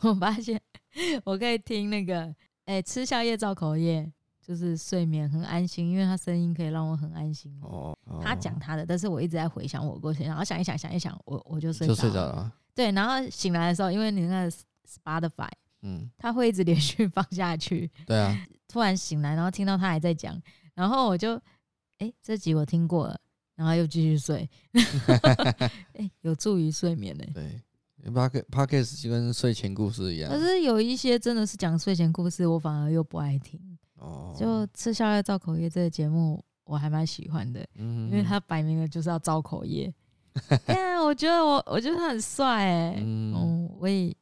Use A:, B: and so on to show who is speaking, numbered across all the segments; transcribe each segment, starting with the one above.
A: 我发现我可以听那个，哎、吃宵夜造口业，就是睡眠很安心，因为他声音可以让我很安心。
B: 哦，哦
A: 他讲他的，但是我一直在回想我过去，然后想一想，想一想，我我就睡
B: 就睡着
A: 着
B: 了啊，
A: 对，然后醒来的时候，因为你那个 Spotify，
B: 嗯，
A: 它会一直连续 放下去，
B: 对啊，
A: 突然醒来，然后听到他还在讲，然后我就，哎、这集我听过了，然后又继续睡， 哎、有助于睡眠呢、
B: 对 p o c k e t p o c k e t 就跟睡前故事一样
A: 可，是有一些真的是讲睡前故事，我反而又不爱听。
B: 哦，
A: 就吃宵夜造口业这个节目，我还蛮喜欢的，
B: 嗯
A: 因为它摆明了就是要造口 业。对啊，我觉得我我觉得他很帅哎、
B: 嗯
A: 嗯，我也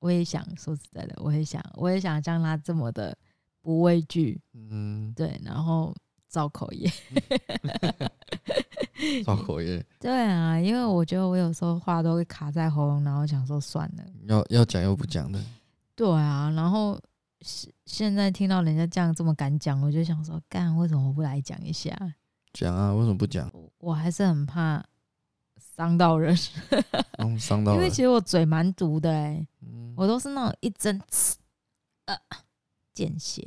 A: 我也想说实在的，我也想我也想像他这么的不畏惧，
B: 嗯，
A: 对，然后造口业。
B: 造口业
A: 对啊，因为我觉得我有时候话都会卡在喉咙，然后想说算了。
B: 要要讲又不讲的，
A: 对啊，然后现现在听到人家这样这么敢讲，我就想说，干为什么我不来讲一下？
B: 讲啊，为什么不讲？
A: 我我还是很怕伤到人，
B: 嗯，伤到
A: 因
B: 了
A: 为，其实我嘴蛮毒的哎、
B: 嗯
A: 我都是那种一针刺，呃，见血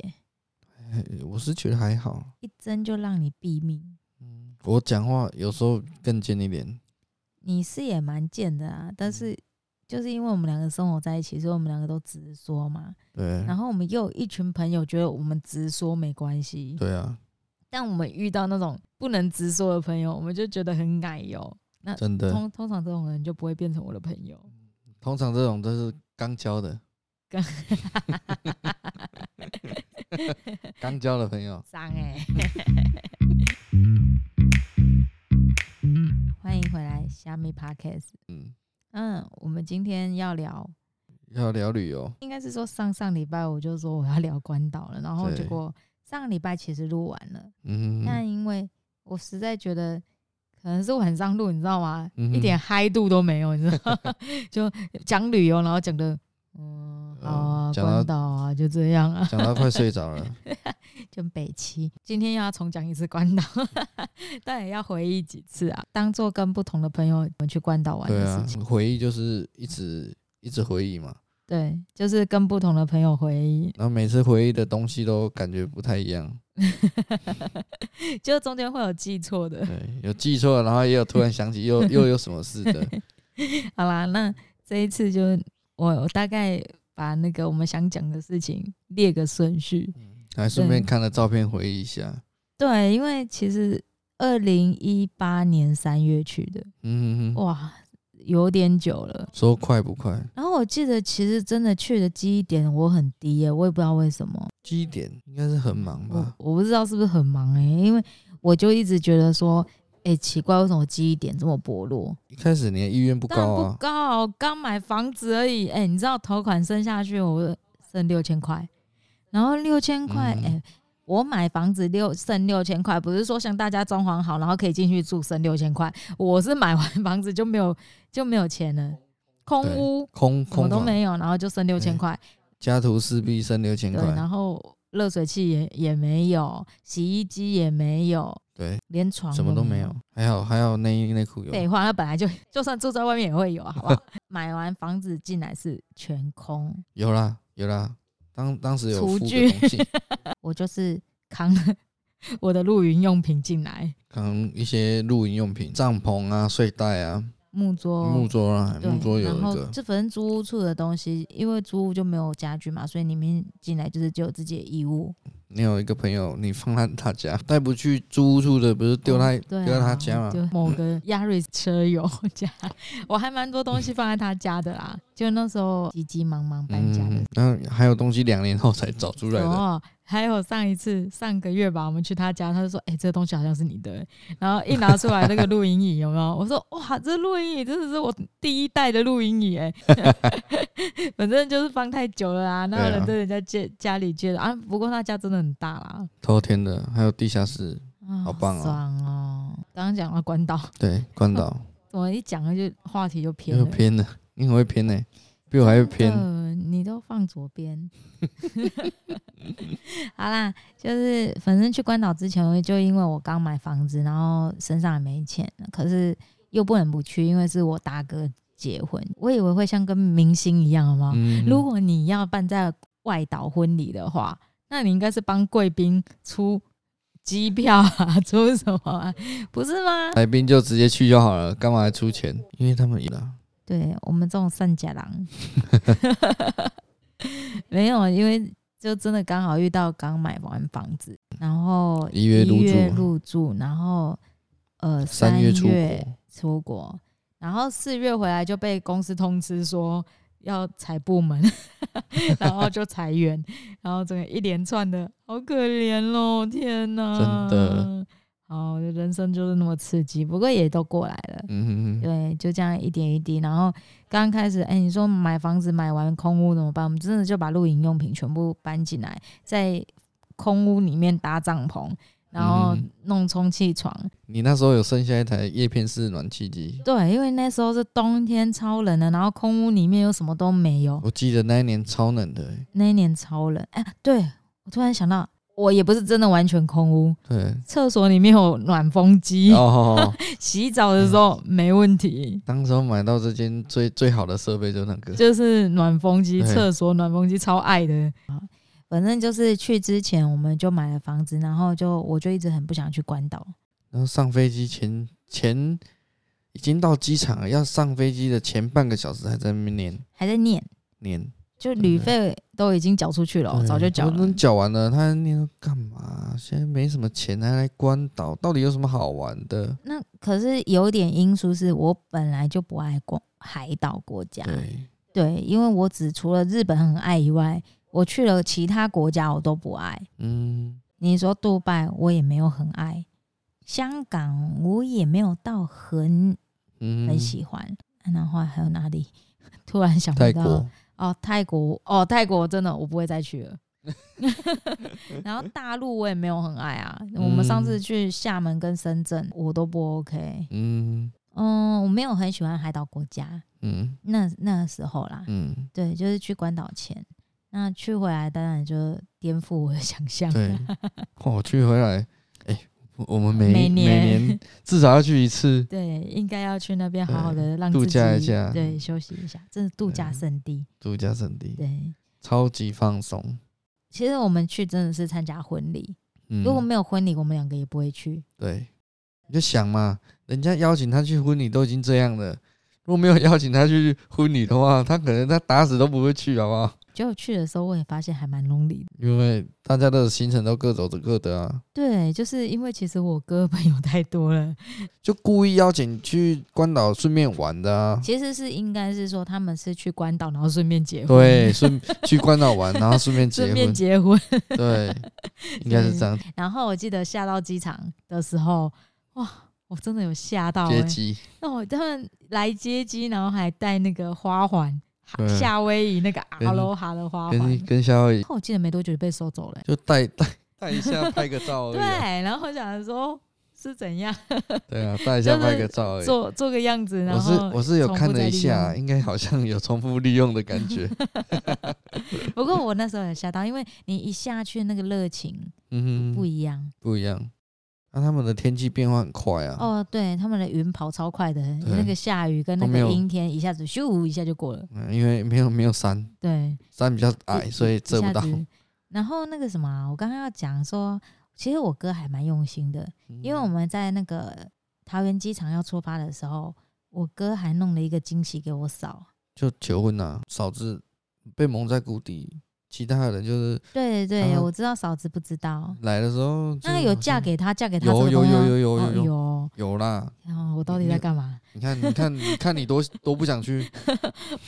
B: 哎我是觉得还好，
A: 一针就让你毙命。
B: 嗯，我讲话有时候更尖一点，
A: 你是也蛮贱的啊，但是就是因为我们两个生活在一起，所以我们两个都直说嘛。
B: 对，
A: 然后我们又有一群朋友觉得我们直说没关系，
B: 对啊，
A: 但我们遇到那种不能直说的朋友，我们就觉得很奶油。
B: 真的，
A: 通通常这种人就不会变成我的朋友。
B: 通常这种都是刚 交的，
A: 刚
B: 刚交的朋友，
A: 脏 哎、欢迎回来虾米 Podcast。
B: 嗯，
A: 嗯，我们今天要聊，
B: 要聊旅游，
A: 应该是说上上礼拜我就说我要聊关岛了，然后
B: 对
A: 结果上个礼拜其实录完了，
B: 嗯，
A: 但因为我实在觉得可能是晚上录，你知道吗？
B: 嗯哼
A: 一点嗨度都没有，你知道 吗，就讲旅游，然后讲的嗯，好啊，
B: 嗯讲
A: 关
B: 到
A: 岛啊，就这样啊，
B: 讲到快睡着 了，
A: 就北七。今天又要重讲一次关岛， 但也要回忆几次啊，当做跟不同的朋友我们去关岛玩
B: 对
A: 的
B: 啊
A: 事情。，
B: 回忆就是一直一直回忆嘛，
A: 对，就是跟不同的朋友回忆，
B: 然后每次回忆的东西都感觉不太一样，
A: 就中间会有记错的。
B: 对，有记错，然后也有突然想起又又有什么事 的，
A: 好啦，那这一次就我我大概把那个我们想讲的事情列个顺序。
B: 还顺便
A: 对
B: 看了照片回忆一下，
A: 对，因为其实二零一八年三月去的，
B: 嗯哼哼，
A: 哇，有点久了。
B: 说快不快？
A: 然后我记得，其实真的去的记忆点我很低耶、我也不知道为什么，
B: 基点应该是很忙
A: 我
B: 吧？
A: 我不知道是不是很忙哎、因为我就一直觉得说，哎、奇怪，为什么我记忆点这么薄弱？
B: 一开始你的意愿不
A: 当然
B: 高
A: 不
B: 啊，
A: 高啊，我刚买房子而已。哎、你知道头款剩下去，我剩六千块，然后六千块，哎、
B: 嗯
A: 我买房子六剩六千块，不是说像大家装潢好，然后可以进去住剩六千块，我是买完房子就没有就没有钱了，空
B: 对
A: 屋
B: 空
A: 什么
B: 空
A: 都
B: 房
A: 没有，然后就剩六千块，
B: 家徒四壁剩六千
A: 对，
B: 块，
A: 然后热水器也也没有，洗衣机也没有，
B: 对，
A: 连床
B: 什么都
A: 没
B: 没有，还好还好内衣内裤有，
A: 废话，那本来就就算住在外面也会有，好不好？ 买完房子进来是全空，
B: 有啦有啦，当当时有
A: 厨
B: 付
A: 具
B: 的东西，
A: 我就是扛了 我的露营用品进来，
B: 可能一些露营用品、帐篷啊、睡袋啊、
A: 木桌、
B: 木桌啊，
A: 哦对
B: 木桌有
A: 然
B: 一
A: 后
B: 个，
A: 这反正租屋处的东西，因为租屋就没有家具嘛，所以里面进来就是只有自己的衣物。
B: 你有一个朋友，你放他他家带不去租屋处的，不是丢他
A: 嗯对啊
B: 丢在他家嘛？
A: 就某个 Yaris 车友家， 我还蛮多东西放在他家的啦。就那时候急急忙忙搬家的
B: 嗯，然后还有东西两年后才找出来的，
A: 哦，还有上一次上个月吧，我们去他家，他就说：“哎、这东西好像是你的欸。”然后一拿出来那个露营椅，有没有？我说：“哇，这露营椅真的是我第一代的露营椅哎、 反正就是放太久了啊，那有
B: 对啊
A: 人跟人家借家里借的啊。不过他家真的很大啦，
B: 偷天的，还有地下室，
A: 啊、
B: 好棒哦
A: 爽哦！刚刚讲到关岛，
B: 对，关岛
A: 怎么一讲就话题就偏
B: 又
A: 了？
B: 偏了，你很会偏呢、比我还会偏。
A: 呃，你都放左边。 好啦，就是反正去关岛之前，我就因为我刚买房子，然后身上也没钱，可是又不能不去，因为是我大哥结婚，我以为会像跟明星一样好吗？
B: 嗯
A: 如果你要办在外岛婚礼的话，那你应该是帮贵宾出机票啊， 出什么、啊，不是吗？
B: 来宾就直接去就好了，干嘛还出钱？因为他们赢了，
A: 对我们这种善假郎， 没有，因为就真的刚好遇到刚买完房子，然后
B: 一月入住
A: 一
B: 嘛
A: 入住然后呃
B: 三月
A: 月
B: 出国，
A: 出国，然后四月回来就被公司通知说要裁部门， 然后就裁员，然后整个一连串的，好可怜哦，天哪，
B: 真的，
A: 好，人生就是那么刺激，不过也都过来了。
B: 嗯哼哼，
A: 对，就这样一点一滴。然后刚开始，哎、你说买房子买完空屋怎么办？我们真的就把露营用品全部搬进来，在空屋里面搭帐篷，然后
B: 嗯
A: 弄充气床。
B: 你那时候有剩下一台叶片式暖气机，
A: 对，因为那时候是冬天超冷的，然后空屋里面又什么都没有，
B: 我记得那一年超冷的、欸，
A: 那一年超冷。哎、对我突然想到，我也不是真的完全空屋，
B: 对，
A: 厕所里面有暖风机，
B: 然后
A: 洗澡的时候没问题。
B: 当时候买到这间最最好的设备就那 个，
A: 就是暖风机，
B: 对
A: 厕所暖风机超爱的。反正就是去之前我们就买了房子，然后就我就一直很不想去关岛。
B: 然后上飞机前前已经到机场了，要上飞机的前半个小时还在那边念
A: 还在念，
B: 念，
A: 就
B: 的
A: 旅费都已经缴出去了哦，
B: 对
A: 早就缴
B: 我都
A: 了。
B: 缴完了，他还念说干嘛？现在没什么钱，还来关岛，到底有什么好玩的？
A: 那可是有一点因素是我本来就不爱逛海岛国家，
B: 对，
A: 对，因为我只除了日本很爱以外，我去了其他国家我都不爱。
B: 嗯，
A: 你说杜拜我也没有很爱，香港我也没有到很
B: 嗯
A: 很喜欢。啊然后还有哪里？ 突然想不
B: 泰
A: 到
B: 国，
A: 哦，泰国哦，泰国真的我不会再去了。 然后大陆我也没有很爱啊，我们上次
B: 嗯
A: 去厦门跟深圳我都不 OK。
B: 嗯
A: 嗯，我没有很喜欢海岛国家，
B: 嗯
A: 那那时候啦，
B: 嗯，
A: 对，就是去关岛前，那去回来当然就颠覆我的想象。
B: 对，哇我去回来，哎、我我们每
A: 每年
B: 每年至少要去一次，
A: 对，应该要去那边好好的让
B: 度
A: 自己
B: 假一下
A: 对，休息一下，这是度假
B: 对啊
A: 胜地。
B: 度假胜地，
A: 对，
B: 超级放松。
A: 其实我们去真的是参加婚礼，
B: 嗯，
A: 如果没有婚礼，我们两个也不会去。
B: 对，你就想嘛，人家邀请他去婚礼都已经这样了，如果没有邀请他去婚礼的话，他可能他打死都不会去，好不好？
A: 结果去的时候，我也发现还蛮 lonely 的。
B: 因为大家的行程都各走着各的啊，
A: 对，就是因为其实我哥朋友 太多了，
B: 就故意邀请去关岛顺便玩的啊。
A: 其实是应该是说他们是去关岛，然后顺便结婚，
B: 对，顺 去关岛玩，然后顺便结
A: 顺
B: 婚，
A: 便结婚。
B: 对，应该 是这样
A: 然后我记得下到机场的时候，哇，我真的有吓到、欸。
B: 接机。
A: 那我他们来接机，然后还戴那个花环，哈
B: 对
A: 夏威夷那个
B: 跟
A: 阿罗哈的花环。
B: 跟
A: 然
B: 跟夏威夷
A: 后我记得没多久就被收走了欸、
B: 就带带带 一下拍个照而已啊、
A: 对，然后我想说是怎样
B: 对啊，带一下
A: 就是
B: 拍个照而已。
A: 做做个样子，然
B: 我是
A: 后
B: 我是有
A: 重复
B: 看了
A: 再
B: 一
A: 利
B: 下，
A: 用
B: 应该好像有重复利用的感觉。
A: 不过我那时候有吓到，因为你一下去那个热情
B: 嗯
A: 不
B: 哼，
A: 一样、
B: 不一样。那、他们的天气变化很快啊。
A: 哦。对，他们的云跑超快的，
B: 对
A: 那个下雨跟那
B: 都没
A: 个
B: 有
A: 阴天一下子咻一下就过了。
B: 嗯，因为没有没有山，
A: 对，
B: 山比较矮，
A: 一
B: 所以遮
A: 一
B: 不
A: 下
B: 到。
A: 子。 然后那个什么啊、我刚刚要讲说，其实我哥还蛮用心的，
B: 嗯
A: 因为我们在那个桃园机场要出发的时候，我哥还弄了一个惊喜给我嫂。
B: 就求婚啊，嫂子被蒙在鼓底，其他的人就是
A: 对对，
B: 啊
A: 我知道嫂子不知道。
B: 来的时候就
A: 那有
B: 嗯好像
A: 嫁给他，嫁给他
B: 有
A: 这个东西
B: 有
A: 吗
B: 有有
A: 哦
B: 有有有
A: 有。
B: 有啦。
A: 然后我到底
B: 你
A: 在
B: 有
A: 干嘛？
B: 你看你看你看你多多不 想去，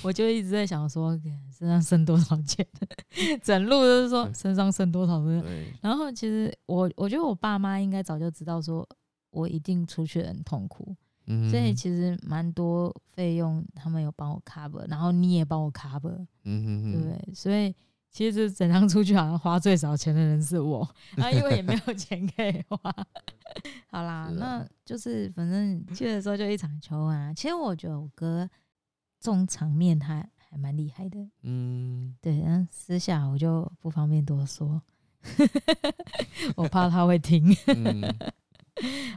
A: 我就一直在想说，干身上剩多少钱， 整路都是说
B: 对
A: 身上剩多少钱。
B: 对，
A: 然后其实我我觉得我爸妈应该早就知道说。我一定出去很痛苦，
B: 嗯，
A: 所以其实蛮多费用他们有帮我 cover，然后你也帮我 cover，、
B: 嗯哼
A: 对不
B: 哼，
A: 对？所以其实整趟出去好像花最少钱的人是我，然后因为也没 有钱可以花。好啦，
B: 是啊
A: 那就是反正去的时候就一场球啊。其实我觉得我哥这种场面他还蛮厉害的，
B: 嗯，
A: 对，但私下我就不方便多说， 我怕他会听。
B: 嗯，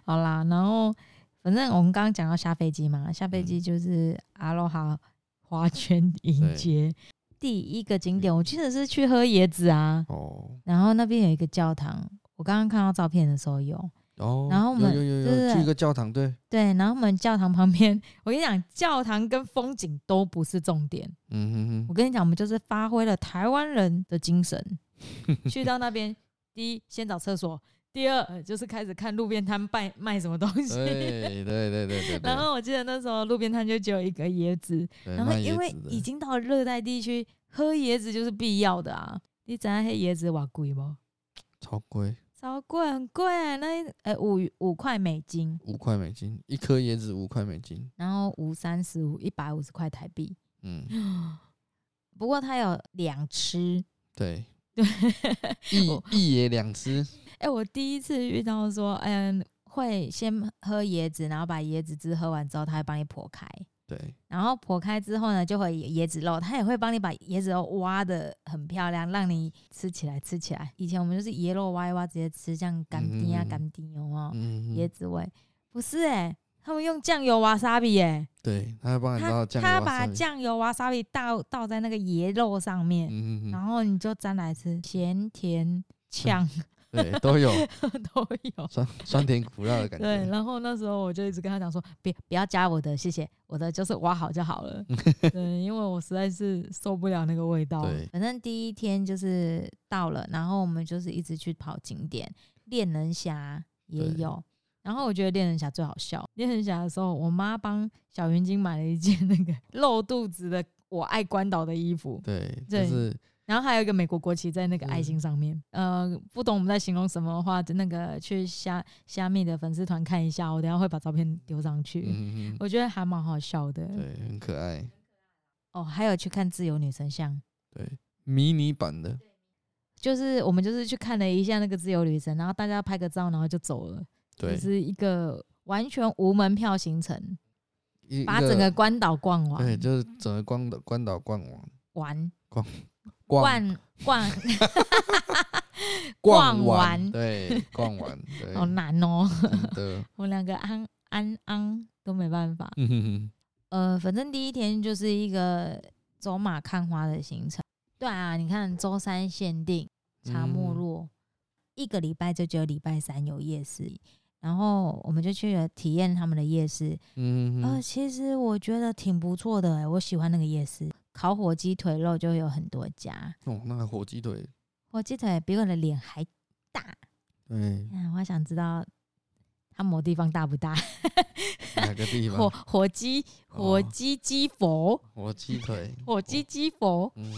A: 好啦，然后反正我们刚刚讲到下飞机嘛，下飞机就是阿罗哈花圈迎接第一个景点，我记得是去喝椰子啊，
B: 哦
A: 然后那边有一个教堂，我刚刚看到照片的时候有，
B: 哦，
A: 然后我们
B: 有有有
A: 对对
B: 有
A: 对
B: 去一个教堂，对，
A: 对，然后我们教堂旁边， 我跟你讲，教堂跟风景都不是重点，
B: 嗯哼
A: 我
B: 哼，
A: 跟你讲，我们就是发挥了台湾人的精神，去到那边，第一先找厕所，第二呃就是开始看路边摊卖卖什么东 西。
B: 哎对对对对对对，
A: 然后我记得那时候路边摊就只有一个椰子，
B: 对
A: 然后
B: 卖椰
A: 因为
B: 子的
A: 已经到了热带地区，喝椰子就是必要的啊。你知道黑椰子瓦贵吗？
B: 超贵，
A: 超贵，很贵、那一呃五五块美金，
B: 五块美金一颗椰子，五块美金，
A: 然后五三十五一百五十块台 币。
B: 嗯，
A: 不过它有两吃，
B: 对，
A: 对，
B: 一
A: 我
B: 一椰两吃，
A: 哎、我第一次遇到说，嗯，会先喝椰子，然后把椰子汁喝完之后，他会帮你剖开，
B: 对，
A: 然后剖开之后呢，就会有椰子肉，他也会帮你把椰子肉挖的很漂亮，让你吃起来吃起来。以前我们就是椰肉挖一挖直接吃，这样干丁啊
B: 嗯
A: 干丁有没有？
B: 嗯，
A: 椰子味不是哎、他们用酱油瓦萨比哎，
B: 对，他会帮你
A: 他
B: 倒酱油
A: 他
B: wasabi，
A: 把酱油瓦萨比倒倒在那个椰肉上面，
B: 嗯嗯嗯，
A: 然后你就沾来吃，咸甜呛
B: 对，都有
A: 都有。
B: 酸 酸甜苦辣的感
A: 对，
B: 觉，
A: 然后那时候我就一直跟他讲说，别不要加我的，谢谢，我的就是挖好就好了。 对，因为我实在是受不了那个味道。
B: 对
A: 反正第一天就是到了，然后我们就是一直去跑景点，恋人峡也
B: 对
A: 有。然后我觉得恋人峡最好笑，恋人峡的时候，我妈帮小云晶买了一件那个 露肚子的“我爱关岛”的衣服，
B: 对，
A: 对
B: 就是
A: 然后还有一个美国国旗在那个
B: 嗯
A: 爱心上面。呃，不懂我们在形容什么的话，就那个去虾虾米的粉丝团看一下，我等一下会把照片丢上去。
B: 嗯嗯
A: 我觉得还蛮好笑的
B: 嗯，对，很可爱，
A: 哦。还有去看自由女神像，
B: 对，迷你版的，
A: 就是我们就是去看了一下那个自由女神，然后大家拍个照，然后就走了，
B: 对
A: 就，是一个完全无门票行程，
B: 一
A: 把
B: 一
A: 整个关岛逛
B: 对，
A: 完，
B: 就是整个关岛关岛逛完，
A: 玩
B: 逛
A: 逛 逛，
B: 逛
A: 逛完
B: 完，对，逛 完，对，
A: 好难哦。
B: 真的，
A: 我两个安安安都没办法。
B: 嗯哼哼，
A: 呃，反正第一天就是一个走马看花的行程。对啊，你看周三限定茶没
B: 嗯
A: 落，一个礼拜就只有礼拜三有夜市，然后我们就去了体验他们的夜市。
B: 嗯哼
A: 呃，
B: 哼，
A: 其实我觉得挺不错的、欸，我喜欢那个夜市。烤火鸡腿肉就有很多家，
B: 哦，那个火鸡腿，
A: 火鸡腿比我的脸还大。
B: 对，
A: 嗯，我还想知道它某地方大不大？
B: 哪个地
A: 火
B: 方？
A: 火鸡火
B: 哦
A: 鸡鸡佛，
B: 火鸡腿，
A: 火鸡鸡佛。
B: 嗯，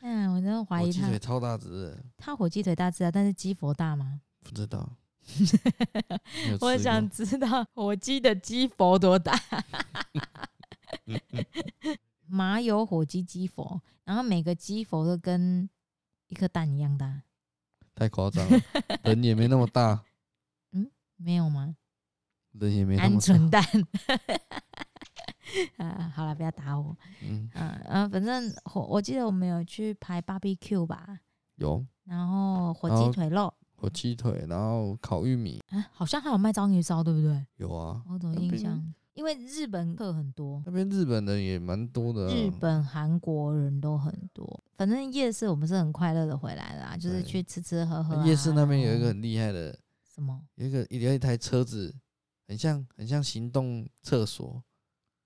A: 嗯，我真的怀
B: 火
A: 疑
B: 鸡
A: 它。
B: 腿超大只的，
A: 它火鸡腿大只啊，但是鸡佛大吗？
B: 不知道， 没有
A: 我
B: 吃
A: 想
B: 过
A: 知道火鸡的鸡佛多大。麻油火鸡鸡佛，然后每个鸡佛都跟一颗蛋一样大，
B: 太夸张 了，人也没那么大，
A: 没有吗？
B: 人也没那
A: 鹌
B: 么大，
A: 鹑蛋。 啊，好了，不要打我。
B: 嗯，
A: 嗯、啊、嗯、反正火，我记得我们有去排 BBQ 吧，
B: 有
A: 然后火
B: 然
A: 鸡
B: 后
A: 腿肉，
B: 火鸡腿，然后烤玉米，
A: 啊，好像还有卖章鱼烧，对不对？
B: 有啊，
A: 我怎么
B: 那
A: 印
B: 边
A: 象？因为日本客很多，
B: 那边日本人也蛮多的啊，
A: 日本、韩国人都很多。反正夜市我们是很快乐的回来啦，就是
B: 对
A: 去吃吃喝喝啊、
B: 夜市那边有一
A: 然后
B: 个很厉害的。
A: 什么
B: 有一个有一台车子，很像很像行动厕所，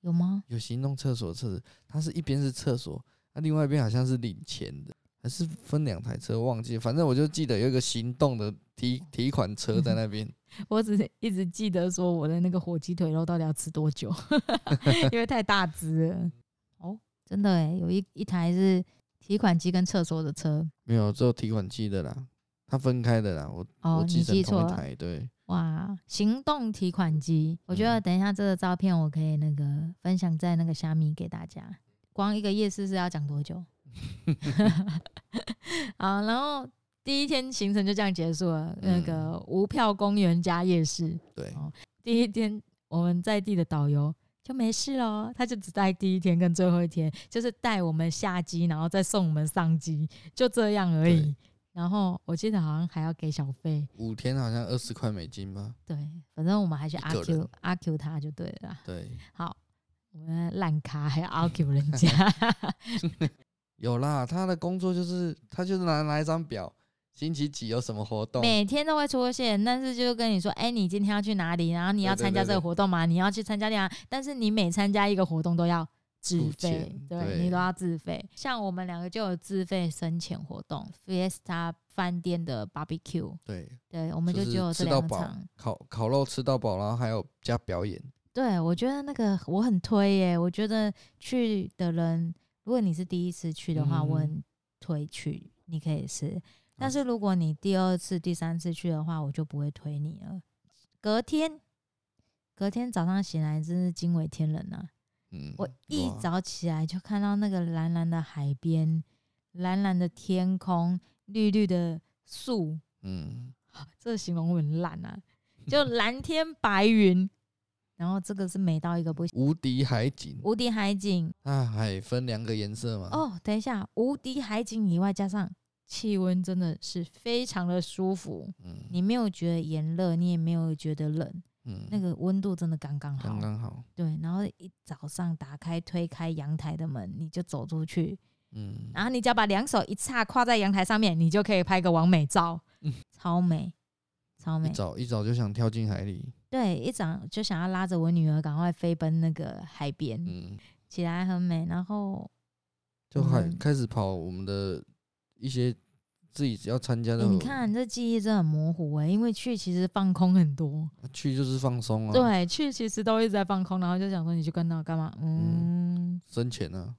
A: 有吗？
B: 有行动厕所的车子，它是一边是厕所，那、另外一边好像是领钱的，还是分两台车，忘记了，反正我就记得有一个行动的提提款车在 那边，
A: 我只是一直记得说我的那个火鸡腿肉到底要吃多久， 因为太大只了。 哦，真的哎，有一一台是提款机跟厕所的车。
B: 没有，只有提款机的啦，它分开的啦，我、
A: 哦
B: 我，
A: 你
B: 记成
A: 记错
B: 同一
A: 了
B: 台，对，
A: 哇！行动提款机，我觉得
B: 嗯
A: 等一下这个照片我可以那个分享在那个虾米给大家。光一个夜市是要讲多久？ 好，然后第一天行程就这样结束了。那
B: 嗯
A: 个无票公园加夜市，
B: 对，
A: 第一天我们在地的导游就没事喽，他就只带第一天跟最后一天，就是带我们下机，然后再送我们上机，就这样而已
B: 对。
A: 然后我记得好像还要给小费，
B: 五天好像二十块美金吧？
A: 对，反正我们还去
B: 一个
A: 阿 Q
B: 人
A: 阿 Q 他就对了啦。
B: 对，
A: 好，我们烂咖还要阿 Q 人 家，
B: 有啦，他的工作就是他就是拿拿一张表，星期几有什么活动，
A: 每天都会出现，但是就跟你说，哎、你今天要去哪里，然后你要
B: 对对
A: 参加这
B: 对
A: 个
B: 对
A: 活动嘛，你要去参加那样，但是你每参加一个活动都要自
B: 付
A: 费
B: 钱，
A: 对
B: 对
A: 你都要自费。像我们两个就有自费深潜活动，Fiesta 饭店的 Barbecue，
B: 对，
A: 对，我们就
B: 就
A: 是只有这
B: 吃到
A: 两
B: 饱
A: 场。
B: 烤烤肉吃到饱，然后还有加表演，
A: 对，我觉得那个我很推耶，我觉得去的人，如果你是第一次去的话，我
B: 嗯
A: 很推去，你可以试。但
B: 啊
A: 是如果你第二次、第三次去的话，我就不会推你了。隔天，隔天早上醒来真是惊为天人啊！
B: 嗯，
A: 我一
B: 哇
A: 早起来就看到那个蓝蓝的海边、蓝蓝的天空、绿绿的树，
B: 嗯，
A: 这形容我很烂啊， 就蓝天白云，然后这个是美到一个不行。
B: 无敌海景，
A: 无敌海景
B: 那海啊分两个颜色嘛，
A: 哦，等一下，无敌海景以外加上气温真的是非常的舒服，
B: 嗯，
A: 你没有觉得炎热，你也没有觉得冷，
B: 嗯
A: 那个温度真的刚刚好
B: 刚。刚好，
A: 对，然后一早上打开推开阳台的门，你就走出去，
B: 嗯，
A: 然后你只要把两手一叉跨在阳台上面，你就可以拍个完美照，
B: 嗯
A: 超美，超
B: 一
A: 美。
B: 早一早就想跳进海里，
A: 对，一早就想要拉着我女儿赶快飞奔那个海边，
B: 嗯，
A: 起来很美。然后
B: 就海
A: 嗯
B: 开始跑我们的一些自己要参加
A: 欸
B: 的，
A: 你看这记忆真的很模糊哎、因为去其实放空很多，
B: 去就是放松啊，，
A: 对，去其实都一直在放空，然后就想说你去跟那干嘛？嗯，
B: 深潜啊，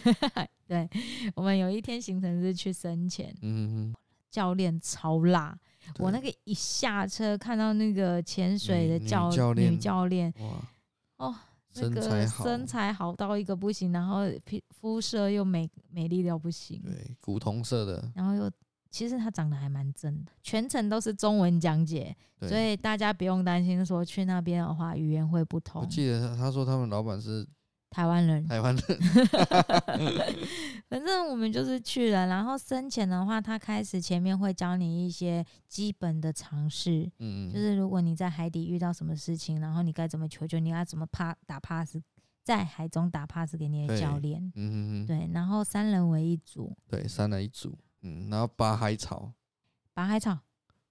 A: 对，我们有一天行程是去深潜，
B: 嗯，
A: 教练超辣，我那
B: 个
A: 个一下车看到那个潜水的
B: 女
A: 教
B: 女教练
A: 教练
B: 哇，
A: 哦，那
B: 身
A: 个
B: 材好，
A: 身材好到一个不行，然后皮肤色又美美丽到不行，
B: 对，古铜色的，
A: 然后又其实她长得还蛮正的，全程都是中文讲解。
B: 对，
A: 所以大家不用担心说去那边的话语言会不
B: 我
A: 同。
B: 记得他他说他们老板是
A: 台湾人，
B: 台湾人，
A: 反正我们就是去了。然后深潜的话，他开始前面会教你一些基本的常识，
B: 嗯，
A: 就是如果你在海底遇到什么事情，然后你该怎么求救，你要怎么怕打 pass，在海中打 pass 给你的
B: 对
A: 教练。
B: 嗯嗯嗯，
A: 对，然后三人为一组，
B: 对，三人一组，嗯，然后拔海草，
A: 拔海草。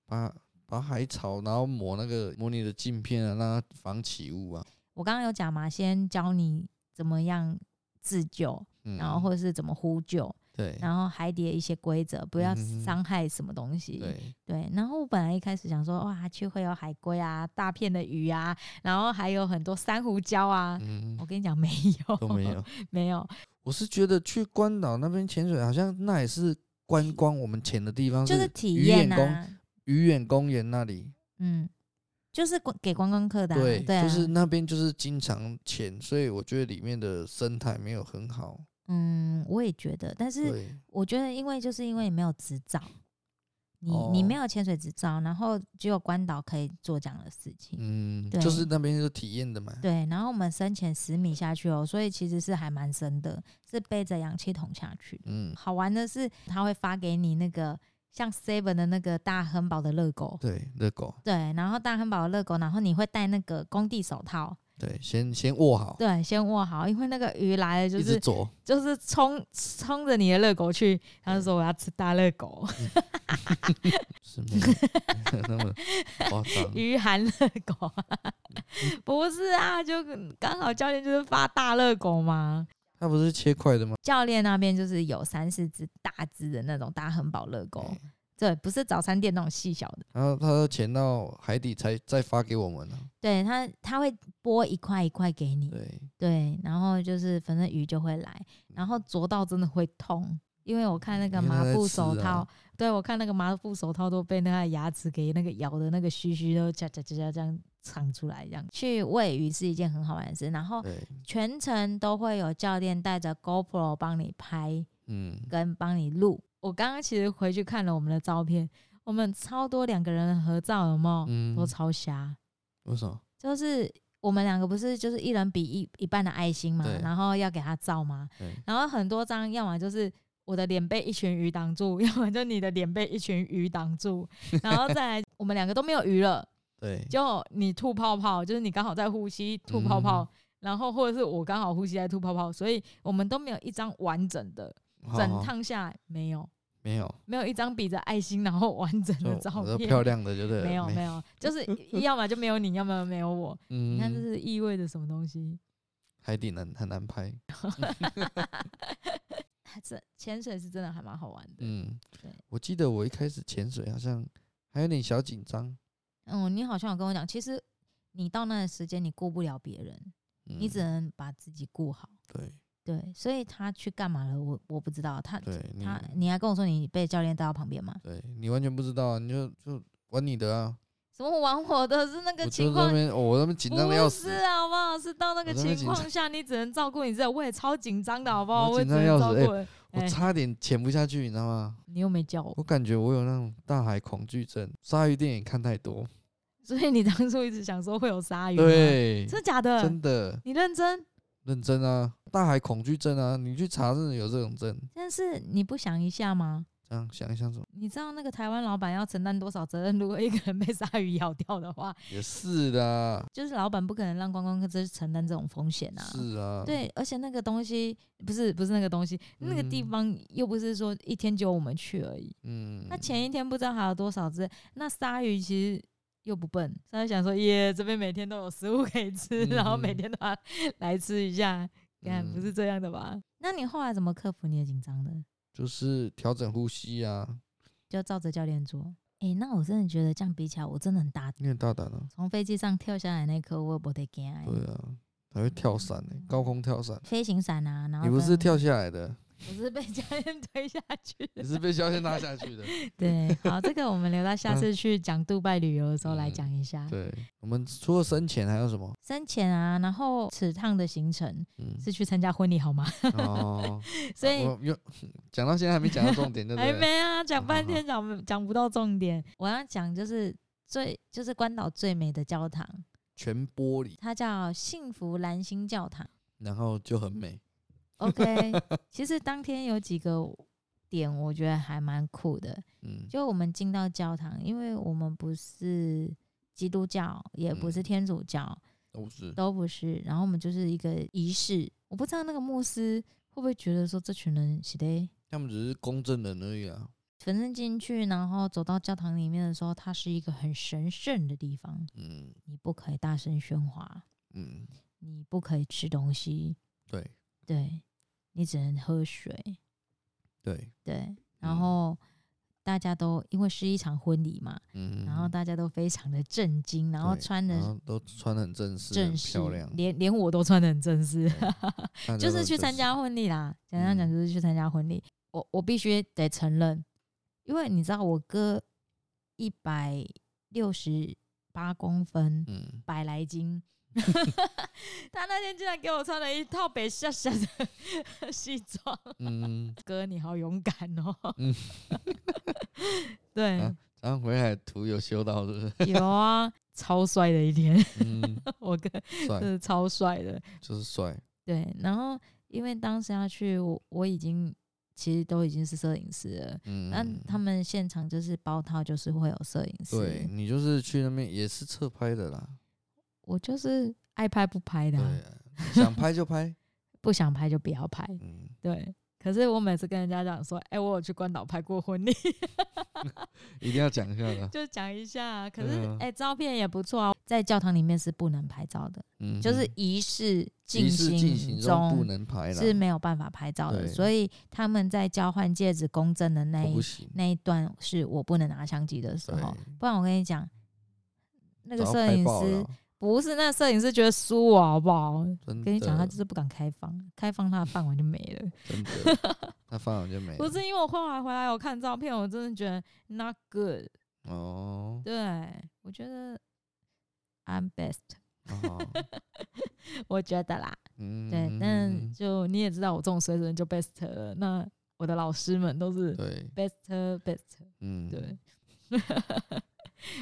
B: 拔拔海草，然后抹那个抹你的镜片啊，让它防起雾啊，
A: 我刚刚有讲嘛，先教你怎么样自救，
B: 嗯，
A: 然后或者是怎么呼救，
B: 对
A: 然后海底的一些规则，不要
B: 嗯哼哼
A: 伤害什么东西。
B: 对，
A: 对，然后我本来一开始想说，哇，去会有海龟啊、大片的鱼啊，然后还有很多珊瑚礁啊。
B: 嗯
A: 我，跟你讲，没有，
B: 都没， 有。
A: 没有，
B: 我是觉得去关岛那边潜水，好像那也是观光我们潜的地方，
A: 就是体
B: 渔
A: 验
B: 眼公
A: 啊，
B: 渔眼公园那里。
A: 嗯，就是观给观光客的啊、
B: 对，
A: 对啊，
B: 就是那边就是经常潜，所以我觉得里面的生态没有很好。
A: 嗯，我也觉得，但是
B: 对，
A: 我觉得，因为就是因为你没有执照，你、你
B: 哦
A: 没有潜水执照，然后只有关岛可以做这样的事情。
B: 嗯，
A: 对
B: 就是那边就体验的嘛。
A: 对，然后我们深潜十米下去哦，所以其实是还蛮深的，是背着氧气筒下去的。
B: 嗯，
A: 好玩的是，他会发给你那个像 Seven 的那个大亨堡的热狗，
B: 对，热狗，
A: 对，然后大亨堡的热狗，然后你会戴那个工地手套，
B: 对，先先握好，
A: 对，先握好，因为那个鱼来了就
B: 一直
A: 是
B: 啄，
A: 就是冲冲着你的热狗去，他就说我要吃大热狗，
B: 嗯是没 有 那么夸张。
A: 鱼含热狗，
B: 嗯
A: 不是啊，就刚好教练就是发大热狗嘛，
B: 它不是切块的吗？
A: 教练那边就是有三四只大只的那种大亨堡热狗
B: 对，
A: 对，不是早餐店那种细小的。
B: 然后它都潜到海底才再发给我们呢。
A: 对他，他会剥一块一块给你，
B: 对，
A: 对，然后就是反正鱼就会来，然后啄到真的会痛，因为我看那个
B: 因为它
A: 麻
B: 嗯在
A: 布
B: 吃
A: 手
B: 啊
A: 套，对我看那个麻布手套都被那个牙齿给那个咬的那个须须都夹夹夹夹这样长出来，这样去喂鱼是一件很好玩的事，然后
B: 对，
A: 全程都会有教练带着 GoPro 帮你拍
B: 嗯，
A: 跟帮你录。我刚刚其实回去看了我们的照片，我们超多两个人的合照，有没有？
B: 嗯
A: 都超瞎。
B: 为什么？
A: 就是我们两个不是就是一人比一一半的爱心嘛
B: 对，
A: 然后要给他照嘛
B: 对，
A: 然后很多张要么就是我的脸被一群鱼挡住，要么就你的脸被一群鱼挡住，然后再来我们两个都没有鱼了，
B: 对，
A: 就你吐泡泡，就是你刚好在呼吸吐泡泡，
B: 嗯
A: 然后或者是我刚好呼吸在吐泡泡，所以我们都没有一张完整的，
B: 好
A: 整
B: 好
A: 趟下来没有
B: 没有，
A: 没有一张比着爱心然后完整
B: 就
A: 的照
B: 我说
A: 片，
B: 漂亮的就对了，
A: 没有没有，就是要么就没有你，要么没有我。
B: 嗯，
A: 你看这是意味着什么东西？
B: 海底难很难拍，
A: 还这潜水是真的还蛮好玩的。嗯
B: 嗯
A: 对，
B: 我记得我一开始潜水好像还有点小紧张，
A: 嗯你好像有跟我讲，其实你到那个时间你顾不了别人，
B: 嗯
A: 你只能把自己顾好。
B: 对
A: 对，所以他去干嘛了？我我不知道。他
B: 对，嗯你
A: 他你还跟我说你被教练带到旁边吗？
B: 对你完全不知道啊，你就就玩你的啊，
A: 什么玩火的是那个
B: 我就
A: 情
B: 在那
A: 况，
B: 边哦我那边紧张的要
A: 不
B: 死
A: 是，啊好不好？是到那个
B: 我在那边
A: 情况下，你只能照顾你自己。我也超紧张的好不好？
B: 我
A: 我也
B: 紧
A: 只
B: 张
A: 能
B: 要
A: 照
B: 死
A: 顾人。
B: 我
A: 哎
B: 差点潜不下去，你知道吗？
A: 你又没叫我，
B: 我感觉我有那种大海恐惧症，鲨鱼电影看太多，
A: 所以你当初一直想说会有鲨鱼吗，
B: 对，
A: 真的假的？
B: 真的
A: 你认真，
B: 认真啊，大海恐惧症啊，你去查真的有这种症，
A: 但是你不想一下吗？
B: 这样想一想怎么
A: 你知道那个台湾老板要承担多少责任？如 果一个人被鲨鱼咬掉的话，
B: 也是的，
A: 就是老板不可能让观光客去承担这种风险啊。
B: 是啊，
A: 对，而且那个东西不是不是那个东西，那个地
B: 嗯
A: 方又不是说一天只有我们去而已。
B: 嗯，
A: 那前一天不知道还有多少只，那鲨鱼其实又不笨，鲨鱼想说耶，这边每天都有食物可以吃，然后每
B: 嗯
A: 天都要来吃一下，看、不
B: 嗯
A: 是这样的吧？那你后来怎么克服你的紧张的？
B: 就是调整呼吸啊，
A: 就照着教练做。诶，那我真的觉得这样比起来，我真的很大。
B: 你很大胆啊，
A: 从飞机上跳下来那一刻，我也不得惊欸。
B: 对啊，还会跳伞呢、高空跳伞，
A: 飞行伞啊，嗯然后
B: 你不是
A: 跟，
B: 跳下来的，
A: 我是被教练推下去
B: 你
A: 的。
B: 是被教练拉下 去的。
A: 对，好，这个我们留到下次去讲杜拜旅游的时候来
B: 嗯
A: 讲一下。
B: 对，我们除了深潜还有什么？
A: 深潜啊，然后此趟的行程
B: 嗯，
A: 是去参加婚礼好吗？
B: 哦，
A: 所以
B: 我有 讲到现在还没讲到重点，对 不
A: 还
B: 对？
A: 没啊，讲
B: 好
A: 半
B: 好
A: 天讲讲不到重点。我要讲就是最就是关岛最美的教堂，
B: 全玻璃，
A: 它叫幸福蓝星教堂。
B: 然后就很美。
A: OK，其 实当天有几个点，我觉得还蛮酷的。
B: 嗯，
A: 就我们进到教堂，因为我们不是基督教，也不是
B: 嗯
A: 天主教，
B: 都是
A: 都不是。然后我们就是一个仪式，我不知道那个牧师会不会觉得说这群人是得。
B: 他们只是公证人而已啊。
A: 反正进去，然后走到教堂里面的时候，它是一个很神圣的地方，
B: 嗯
A: 你不可以大声喧哗，
B: 嗯，
A: 你不可以吃东西，
B: 对
A: 对你只能喝水，
B: 对，
A: 对，然
B: 嗯
A: 后大家都因为是一场婚礼嘛，
B: 嗯，
A: 然后大家都非常的震惊，然后
B: 对
A: 穿
B: 然
A: 的
B: 后都穿得很正式，很
A: 正式
B: 漂亮，
A: 连连我都穿的很正式，
B: 大家
A: 就
B: 都
A: 是
B: 很
A: 去
B: 正
A: 参
B: 式。
A: 加婚礼啦。简单讲
B: 嗯
A: 就是去参加婚礼，我我必须得承认，因为你知道我哥一百六十八公分，
B: 嗯，
A: 百来斤。 他那天竟然给我穿了一套北下下的 西装，
B: 嗯，
A: 哥你好勇敢哦！
B: 嗯
A: 对，
B: 啊然后回来图有修到是不是？
A: 有啊，超帅的一天，
B: 嗯，
A: 我哥
B: 帅
A: 真的超帅的。
B: 就是帅，
A: 对，然后因为当时要去，我我已经其实都已经是摄影师了，
B: 嗯，
A: 那、他们现场就是包套，就是会有摄影
B: 对
A: 师。
B: 你就是去那边也是侧拍的啦，
A: 我就是爱拍不拍的
B: 对
A: 啊、
B: 啊，想拍就拍，
A: 不想拍就不要拍。
B: 嗯，
A: 对，可是我每次跟人家讲说，哎、我有去关岛拍过婚礼，
B: 一定要讲一下的，
A: 就讲一下啊。可是
B: 对
A: 哎、
B: 啊
A: 照片也不错啊，在教堂里面是不能拍照的，
B: 嗯，
A: 就是仪式
B: 仪
A: 进
B: 式进行中不
A: 中
B: 能拍啦，
A: 是没有办法拍照的，
B: 对
A: 所以他们在交换戒指公证的那
B: 我
A: 一
B: 不行，
A: 那一段是我不能拿相机的时
B: 对，
A: 候，不然我跟你讲。那个
B: 早
A: 摄
B: 拍
A: 影
B: 爆
A: 师
B: 了，啊嗯
A: 不是那摄影师觉得输我好不好？
B: 真
A: 跟你讲，他
B: 的
A: 就是不敢开放，开放他的饭碗就没了。
B: 真的， 他放完就没了，
A: 不是因为我后来回来我看照片，我真的觉得 not good
B: 哦，
A: 对。我觉得 I'm best，
B: 哦，
A: 我觉得啦，
B: 嗯，
A: 对。但就你也知道，我这种水准就 best 了。那我的老师们都是
B: 对，
A: best best，
B: 嗯，
A: 对。 呃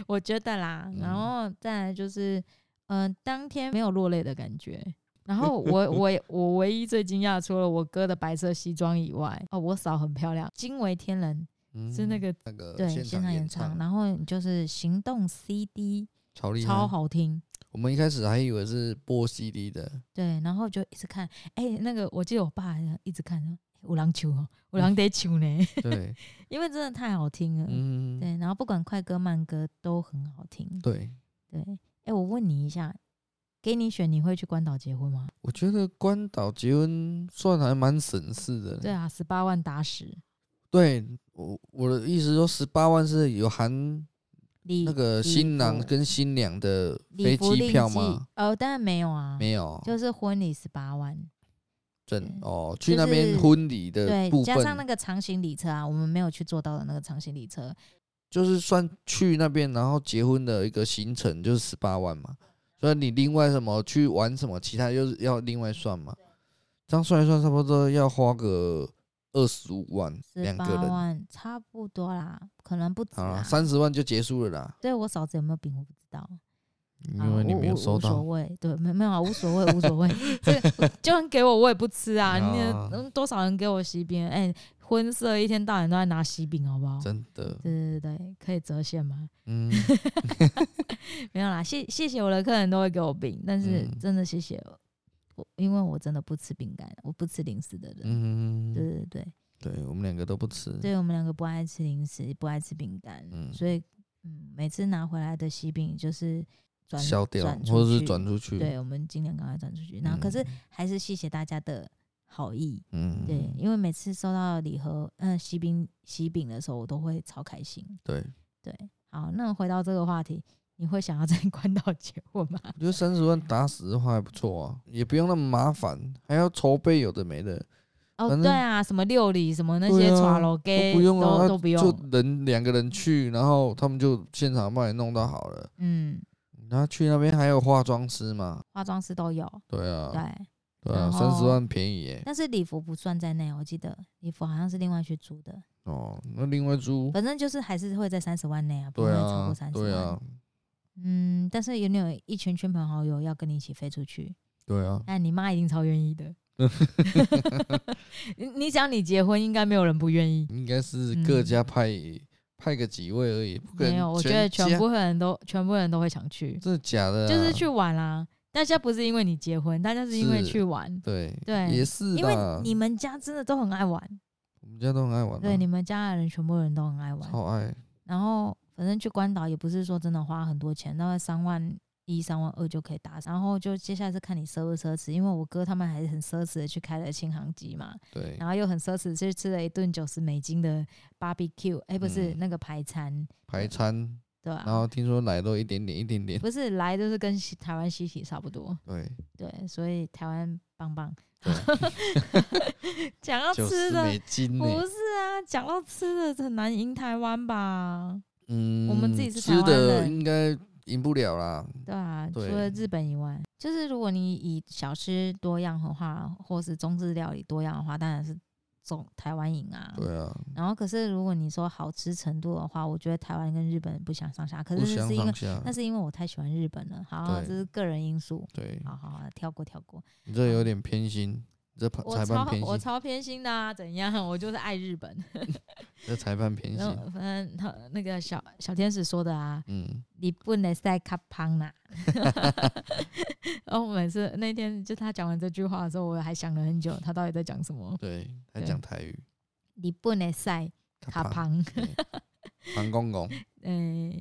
A: 我觉得啦，然后再来就是，嗯、当天没有落泪的感觉，然 后我我也我唯一最惊讶，除了我哥的白色西装以外，哦，我嫂很漂亮，惊为天人，
B: 嗯
A: 是那个
B: 那个
A: 对，
B: 现
A: 现
B: 场
A: 场演
B: 唱
A: 唱，，然后你就是行动 CD，
B: 超厉害，
A: 超好听。
B: 我们一开始还以为是播 CD 的，
A: 对，然后就一直看，哎、那个我记得我爸好像一直看，说哎有人球哦，有人得球呢，
B: 对，
A: 因为真的太好听了。
B: 嗯，
A: 对，然后不管快歌慢歌都很好听。
B: 对，
A: 对，哎、我问你一下，给你选，你会去关岛结婚吗？
B: 我觉得关岛结婚算还蛮省事的嘞，
A: 对啊，十八万打十，
B: 对我我的意思说，十八万是有含
A: 礼
B: 那个
A: 礼
B: 新郎
A: 服
B: 跟新娘的
A: 礼
B: 飞
A: 服
B: 机
A: 另
B: 票
A: 计
B: 吗？？
A: 呃，当然没有啊，
B: 没有，
A: 就是婚礼十八万，
B: 真
A: 对
B: 哦，去
A: 就
B: 那边
A: 是
B: 婚礼的
A: 对
B: 部，
A: 加上那
B: 分，
A: 个长行礼车啊，我们没有去做到的那个长行礼车，
B: 就是算去那边然后结婚的一个行程就是十八万嘛，所以你另外什么去玩什么，其他就是要另外算嘛，这样算一算，差不多要花个二十五万
A: 十
B: 两
A: 八
B: 个人，
A: 万啊差不多啦，可能不止
B: 好
A: 啦
B: 了，。三十万就结束了啦，
A: 对我嫂子有没有饼我不知道，啊
B: 因为你
A: 我
B: 没有
A: 我
B: 收
A: 无所
B: 到，
A: 谓，对，没没有啊，无所谓，无所 谓。这个就算给我，我也不吃啊。你
B: 啊
A: 嗯多少人给我喜饼？哎、婚社一天到晚都在拿喜饼，好不好？
B: 真的，
A: 对对对，可以折现吗？
B: 嗯，
A: 没有啦，谢谢谢我的客人都会给我饼，但是
B: 嗯
A: 真的谢谢我，因为我真的不吃饼干，我不吃零食的人。
B: 嗯，
A: 对对对，
B: 对我们两个都不吃，
A: 对我们两个不爱吃零食，不爱吃饼干，
B: 嗯
A: 所以嗯，每次拿回来的喜饼就是转
B: 消掉
A: 转
B: 或者是
A: 出去
B: 转出去，
A: 对，我们尽量赶快转出去。然后可是
B: 嗯
A: 还是谢谢大家的好意，
B: 嗯，
A: 对，因为每次收到礼盒，嗯，喜饼喜饼的时候，我都会超开心。
B: 对，
A: 对，好，那回到这个话题，你会想要在 关岛结婚吗？
B: 我觉得三十万打死的话还不错啊，也不用那么麻烦，还要筹备有的没的，
A: 哦，
B: 反
A: 对
B: 正
A: 啊，什么六礼什么那
B: 对
A: 些
B: 啊
A: 茶楼给
B: 不用啊，
A: 都都不
B: 就
A: 用，
B: 人两个人去，然后他们就现场帮你弄到好了。
A: 嗯，
B: 然后去那边还有化妆师嘛？
A: 化妆师都有，
B: 对啊，
A: 对，
B: 对啊，
A: 然
B: 三十
A: 后
B: 万便宜耶！
A: 但是礼服不算在内，我记得礼服好像是另外去租的，
B: 哦，那另外租，
A: 反正就是还是会在三十万内啊，不会
B: 对
A: 超过
B: 啊
A: 三，十万。
B: 对啊，
A: 嗯，但是有你有一群亲朋好友要跟你一起飞出去，
B: 对啊，
A: 那你妈一定超愿意 的。你你想你结婚，应该没有人不愿意。
B: 应该是各
A: 嗯
B: 家派派个几位而已，不可
A: 没有，
B: 能
A: 我觉得全
B: 家
A: 部人都全部人都会想去，
B: 真的假的啊，
A: 就是去玩啦、大家不是因为你结婚，大家是因为
B: 是
A: 去玩，
B: 对
A: 对
B: 也是
A: 因为
B: 啦
A: 你们家真的都很爱玩，
B: 我们家都很爱玩啊，
A: 对，你们家的人全部人都很爱玩。
B: 超爱，
A: 然后反正去关岛也不是说真的花很多钱，大概三万一、三万二就可以打。然后就接下来是看你奢不奢侈，因为我哥他们还是很奢侈的去开了轻航机嘛，
B: 对，
A: 然后又很奢侈去吃了一顿九十美金的 barbecue，哎、不是、
B: 嗯
A: 那个排餐，
B: 排餐，
A: 对吧、
B: 然后听说奶都一点点一点点，
A: 不是来就是跟西台湾西体差不多，
B: 对，
A: 对，所以台湾棒棒
B: 对。
A: 讲到
B: 九
A: 吃
B: 十
A: 的
B: 美金呢
A: 不，是啊，讲到吃的很难赢台湾吧？
B: 嗯，
A: 我们自己是
B: 吃
A: 台湾
B: 的
A: 人
B: 应该赢不了啦，
A: 对啊，除
B: 对
A: 了日本以外，就是如果你以小吃多样的话，或是中式料理多样的话，当然是中台湾赢啊。
B: 对啊，
A: 然后，可是如果你说好吃程度的话，我觉得台湾跟日本不相上下。可
B: 不
A: 是
B: 相
A: 是因为
B: 上下嗯
A: 那，是因为我太喜欢日本了。好，
B: 对
A: 这是个人因素。
B: 对
A: 好好好，跳过跳过。
B: 你这有点偏心，你这
A: 我
B: 呃裁判
A: 超
B: 偏
A: 我
B: 心，
A: 超偏心的啊，怎样？我就是爱日本。
B: 这裁判偏
A: 然
B: 心，
A: 后反正他那个小小天使说的啊，
B: 嗯，
A: 你不能再卡胖 啦。然后我每次那天就他讲完这句话的时候，我还想了很久，他到底在讲什么？
B: 对，还
A: 对
B: 讲台语，
A: 你不能晒卡胖，
B: 韩公公，
A: 嗯、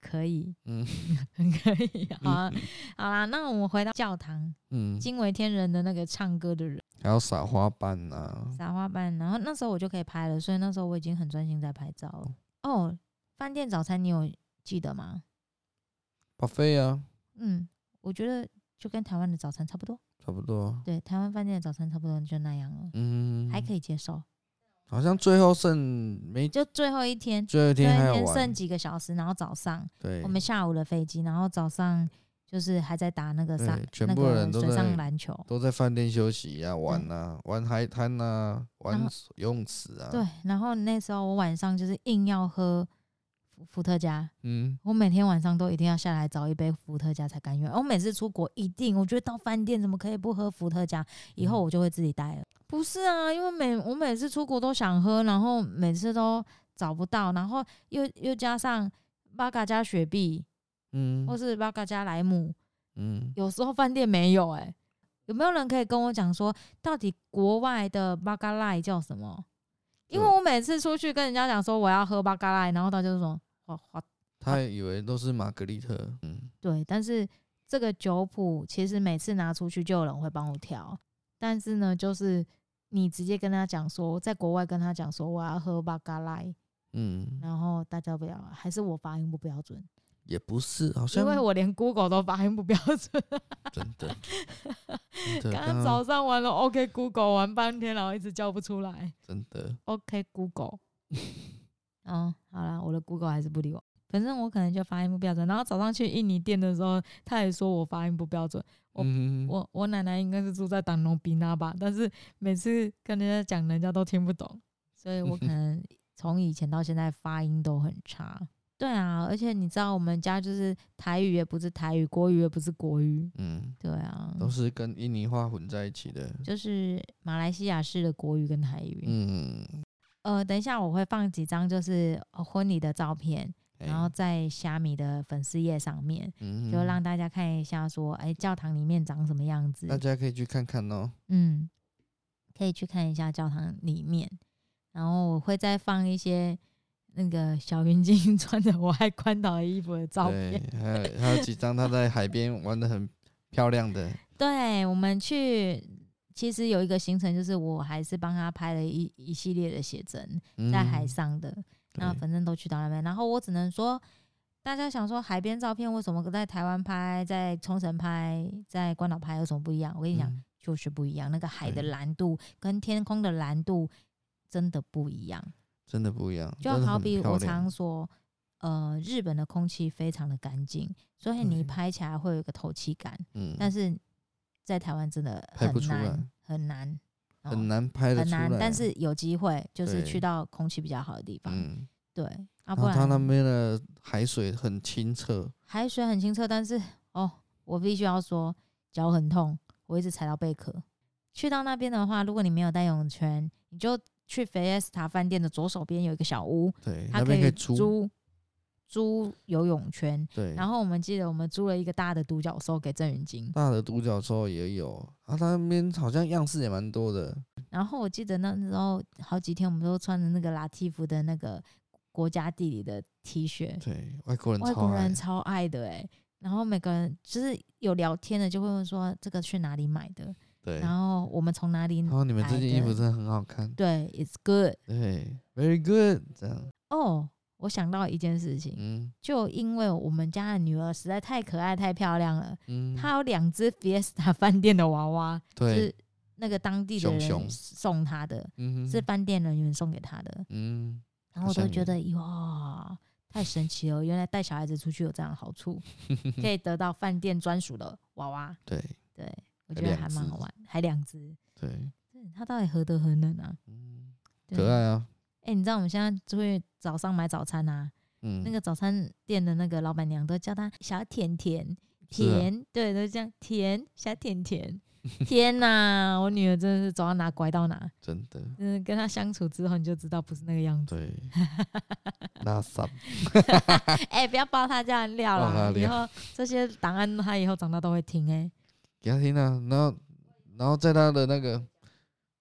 A: 可以，
B: 嗯
A: 嗯， 很可以。好啊，好啦，那我们回到教堂，
B: 嗯，
A: 惊为天人的那个唱歌的人
B: 还要撒花瓣啊呐，
A: 撒花瓣，然后那时候我就可以拍了，所以那时候我已经很专心在拍照了。哦，饭店早餐你有记得吗？
B: 巴菲啊，
A: 嗯，我觉得就跟台湾的早餐差不多，
B: 差不多啊，
A: 对，台湾饭店的早餐差不多就那样了，
B: 嗯，
A: 还可以接受。
B: 好像最后剩没
A: 就最后一天，
B: 最后一
A: 最后
B: 天还
A: 一
B: 有
A: 天剩
B: 玩，
A: 几个小时，然后早上
B: 对
A: 我，们下午的飞机，然后早上就是还在打那个沙
B: 对，全
A: 那
B: 部人
A: 个
B: 都
A: 水
B: 在
A: 上篮球，
B: 都在饭店休息呀、玩
A: 嗯
B: 呐、玩海滩呐、玩
A: 然后
B: 水游泳池啊。
A: 对。然后那时候我晚上就是硬要喝伏伏特加，
B: 嗯，
A: 我每天晚上都一定要下来找一杯伏特加才甘愿。我每次出国一定，我觉得到饭店怎么可以不喝伏特加？以后我就会自己带了。不是啊，因为每我每次出国都想喝，然后每次都找不到，然后又又加上巴嘎加雪碧
B: 嗯
A: 或是巴嘎加莱姆，
B: 嗯，
A: 有时候饭店没有哎、有没有人可以跟我讲说，到底国外的巴嘎赖叫什么？因为
B: 嗯
A: 我每次出去跟人家讲说我要喝巴嘎赖，然后他就说哦哇哇
B: 他以为都是玛格丽特，嗯，
A: 对，但是这个酒谱其实每次拿出去就有人会帮我调，但是呢，就是你直接跟他讲说，在国外跟他讲说我要喝巴嘎赖，
B: 嗯，
A: 然后大家不要，还是我发音不标准，
B: 也不是，好像
A: 因为我连 Google 都发音不标准。
B: 真的，真的，
A: 刚刚早上玩了 OK Google 玩半天，然后一直叫不出来
B: 真的，
A: OK Google。嗯，好啦，我的 Google 还是不理我。反正我可能就发音不标准，然后早上去印尼店的时候，他也说我发音不标准，我
B: 嗯，
A: 我我奶奶应该是住在党农比那吧，但是每次跟人家讲，人家都听不懂，所以我 可能从以前到现在发音都很差。对啊，而且你知道我们家就是台语也不是台语，国语也不是国语，
B: 嗯，
A: 对啊，
B: 都是跟印尼话混在一起的，
A: 就是马来西亚式的国语跟台语。
B: 嗯，
A: 呃，等一下我会放几张就是呃婚礼的照片，
B: 哎
A: 然后在虾米的粉丝页上面，
B: 嗯
A: 就让大家看一下说，哎、教堂里面长什么样子。
B: 大家可以去看看哦，
A: 嗯，可以去看一下教堂里面，然后我会再放一些那个小云鲸 穿着我爱关岛的衣服的照
B: 对
A: 片。，
B: 还有还有几张他在海边玩的很漂亮的，
A: 对，我们去其实有一个行程，就是我还是帮他拍了一一系列的写真，
B: 嗯
A: 在海，上的，
B: 对
A: 那反正都去到那边，然后我只能说。大家想说海边照片为什么在台湾拍、在冲绳拍、在关岛拍有什么不一样？我跟你讲，
B: 嗯
A: 就是不一样。那个海的
B: 对
A: 蓝度跟天空的蓝度真的不一样。
B: 真的不一样，
A: 就
B: 真的
A: 好
B: 很
A: 比
B: 漂
A: 我
B: 亮
A: 常说，呃，日本的空气非常的干净，所以你
B: 对
A: 拍起来会有一个透气感，
B: 嗯，
A: 但是在台湾真的
B: 拍
A: 很
B: 不出来
A: 难，很难，哦
B: 很难拍得
A: 很
B: 出来
A: 难
B: 啊，，
A: 但是有机会就是去
B: 对
A: 到空气比较好的地方，
B: 嗯，
A: 对，啊，
B: 然
A: 不
B: 后他那
A: 然
B: 边的海水很清澈，
A: 海水很清澈，但是哦，我必须要说脚很痛，我一直踩到贝壳。去到那边的话，如果你没有带游泳圈，你就去菲斯塔饭店的左手边有一个小屋，
B: 对，
A: 它
B: 那边可
A: 以
B: 以租，
A: 租租游泳圈。
B: 对，
A: 然后我们记得我们租了一个大的独角兽给郑云金，
B: 大的独角兽也有啊，它那边好像样式也蛮多的，
A: 然后我记得那时候好几天我们都穿着那个拉蒂夫的那个国家地理的 T 恤，
B: 对，外国人
A: 外
B: 超
A: 国
B: 爱
A: 人，超爱的哎、然后每个人就是有聊天的就会问说这个去哪里买的，
B: 对，哦
A: 然后我们从哪里
B: 然后你们这
A: 来
B: 件衣
A: 的
B: 服真的很好看，
A: 对，it's good
B: 对，very good，这样，
A: 哦。我想到一件事情，
B: 嗯
A: 就因为我们家的女儿实在太可爱、太漂亮了，
B: 嗯，
A: 她有两只 Fiesta 饭店的娃娃，
B: 对
A: 是，那个当地的
B: 熊
A: 人
B: 熊
A: 送她的，
B: 嗯
A: 是
B: 哼，
A: 饭店人员送给她的。
B: 嗯，
A: 然后我都
B: 像
A: 觉
B: 也
A: 得哇，太神奇了！原来带小孩子出去有这样的好 处，可以得到饭店专属的娃娃。
B: 对
A: 对我
B: 还
A: 觉得
B: 两
A: 还蛮
B: 只
A: 好玩，还两只。
B: 对，
A: 嗯他到底何德何能啊？
B: 嗯，
A: 对
B: 可爱啊，
A: 哎、你知道我们现在出去早上买早餐啊，
B: 嗯，
A: 那个早餐店的那个老板娘都叫他小甜甜
B: 是啊
A: 甜，对，都这样甜小甜甜。天呐，我女儿真的是走到哪拐到哪，
B: 真的，
A: 嗯，跟她相处之后你就知道不是那个样子。
B: 对，那啥，
A: 哎、不要爆她家的料
B: 爆她
A: 啦
B: 的，
A: 以
B: 料
A: 后这些档案她以后长大都会听哎、
B: 给他听啊，然后然后在他的那个，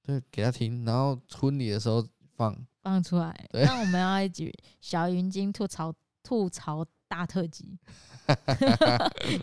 B: 对，给他听，然后婚礼的时候放，
A: 放出来。
B: 对
A: 那我们要一集小云鲸吐槽吐槽大特辑，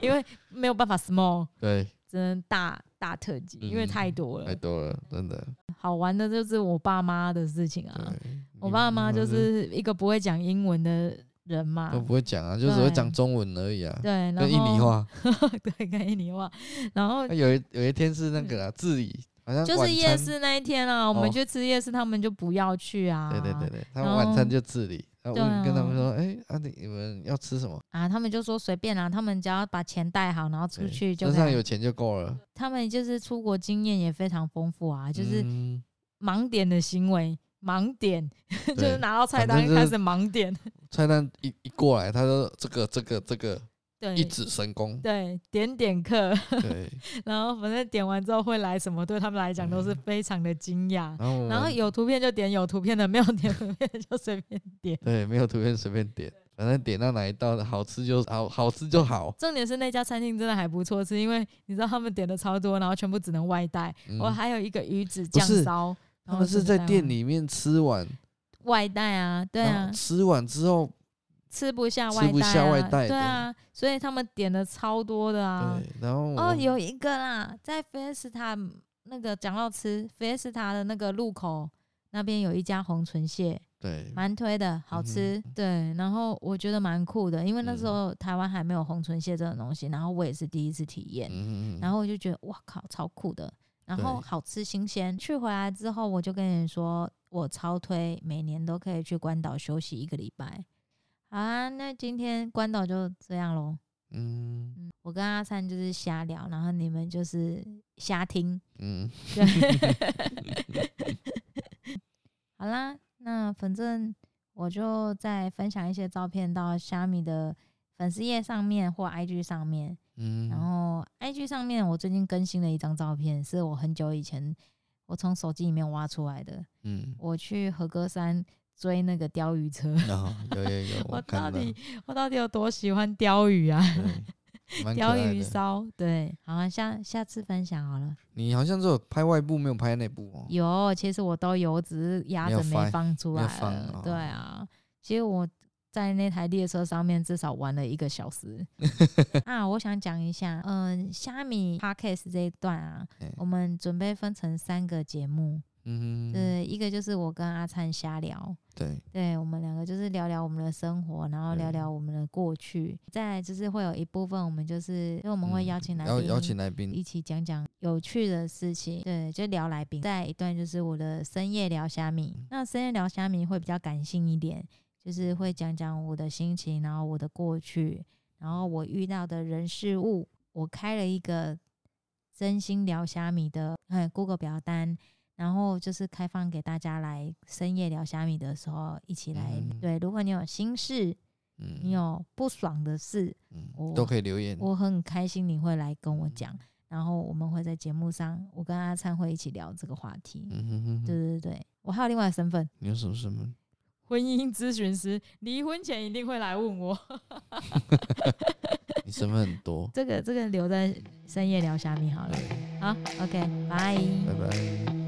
A: 因为没有办法 small，
B: 对，
A: 只能大大特辑，因为
B: 嗯
A: 太多了。
B: 太多了，真的，
A: 好玩的就是我爸妈的事情啊。
B: 对，
A: 我
B: 你
A: 爸妈就
B: 们
A: 是一个不会讲英文的人嘛
B: 都，不会讲啊，就只会
A: 对
B: 讲中文而已啊，
A: 对，然后
B: 跟印尼，话。
A: 对，跟印尼话，然后
B: 那有一有一天是那个啦，啊自理，好像
A: 嗯就是
B: 晚
A: 夜
B: 餐，
A: 市那一天啊，我们
B: 哦
A: 去吃夜市，他们就不要去啊，
B: 对对对对，他
A: 然
B: 们晚餐
A: 后
B: 就自理，然后
A: 对
B: 问跟他们
A: 啊
B: 说，哎，啊你你们要吃什么？
A: 啊，他们就说随便啦、他们只要把钱带好，然后出
B: 对
A: 去就
B: 身
A: 可
B: 上
A: 以
B: 有钱就够了，
A: 他们就是出国经验也非常丰富啊，就是
B: 嗯
A: 盲点的行为，盲点 就是
B: 对
A: 拿到菜
B: 反
A: 单
B: 正就
A: 开
B: 是
A: 始盲点，
B: 菜单一一过来，他说这个这个这个
A: 对
B: 一指神功，
A: 对点点课，
B: 对，
A: 然后反正点完之后会来什么，对他们来讲都
B: 嗯
A: 是非常的惊讶。
B: 然后我
A: 然后
B: 们
A: 有图片就点有图片的，没有点图片的就随便点。
B: 对没有图片随便点，反正点到哪一道好吃就好，好吃就好。
A: 重点是那家餐厅真的还不错，是因为你知道他们点的超多，然后全部只能外带。
B: 嗯
A: 我、还有一个鱼子
B: 不
A: 酱
B: 是
A: 烧，然
B: 他
A: 后
B: 们是
A: 只能
B: 在
A: 带
B: 店
A: 外
B: 里面吃完，
A: 外带啊，对
B: 然
A: 啊
B: 后，吃完之后，
A: 吃不下
B: 吃
A: 外带、啊，
B: 不下外带
A: 对
B: 的
A: 啊，所以他们点的超多的啊。
B: 对，然后
A: 哦，
B: 我
A: 有一个啦，在 Fiesta 那个讲到吃 Fiesta 的那个路口那边有一家红唇蟹，
B: 对
A: 蛮推的，好吃。对，然后我觉得蛮酷的，因为那时
B: 嗯
A: 候台湾还没有红唇蟹这种东西，然后我也是第一次体验，
B: 嗯嗯嗯
A: 然后我就觉得哇靠，超酷的，然后
B: 对
A: 好吃新鲜。去回来之后，我就跟你说，我超推，每年都可以去关岛休息一个礼拜。好啊，那今天关岛就这样喽。
B: 嗯
A: 嗯，我跟阿灿就是瞎聊，然后你们就是瞎听。
B: 嗯，
A: 对，好啦，那反正我就再分享一些照片到虾米的粉丝页上面或 IG 上面。
B: 嗯，
A: 然后 IG 上面我最近更新了一张照片，是我很久以前我从手机里面挖出来的。
B: 嗯，
A: 我去和歌山追那个鲷鱼车，
B: 然后有有有，
A: 我到
B: 看到，
A: 底我到底有多喜欢鲷鱼啊？
B: 对蛮可
A: 鲷
B: 爱
A: 鱼
B: 的。
A: 烧，对，好啊，下下次分享好了。
B: 你好像只有拍外部，没有拍内部哦。
A: 有，其实我都有，只是压
B: 没
A: 着
B: 有
A: 没
B: 放
A: 放出
B: 没有
A: 来
B: 放
A: 了
B: 哦。
A: 对啊，其实我在那台列车上面至少玩了一个小 时啊。我想讲一下，嗯、虾米 podcast 这一段啊
B: 嗯，
A: 我们准备分成三个节目，
B: 嗯，
A: 呃，一个就是我跟阿灿瞎聊。
B: 对，
A: 对我们两个就是聊聊我们的生活，然后聊
B: 嗯
A: 聊我们的过去，再来就是会有一部分我们就是，因为我们会
B: 嗯
A: 邀请来
B: 邀
A: 宾
B: 邀请来宾，
A: 一起讲讲有趣的事情，对，就聊来宾。再一段就是我的深夜聊虾米，
B: 嗯
A: 那深夜聊虾米会比较感性一点，就是会讲讲我的心情，然后我的过去，然后我遇到的人事物。我开了一个真心聊虾米的嗯 Google 表单，然后就是开放给大家来深夜聊虾米的时候一起来。
B: 嗯
A: 对，如果你有心事，
B: 嗯，
A: 你有不爽的事，
B: 嗯
A: 我
B: 都可以留言。
A: 我很开心你会来跟我讲，然后我们会在节目上，我跟阿灿会一起聊这个话题。
B: 嗯哼哼
A: 对对
B: 哼，
A: 对，我还有另外的身份，
B: 你有什么什么？
A: 婚姻咨询师，离婚前一定会来问我。
B: 你身份很
A: ，
B: 多
A: 这个这个留在深夜聊虾米好了。好，OK，拜。
B: 拜拜。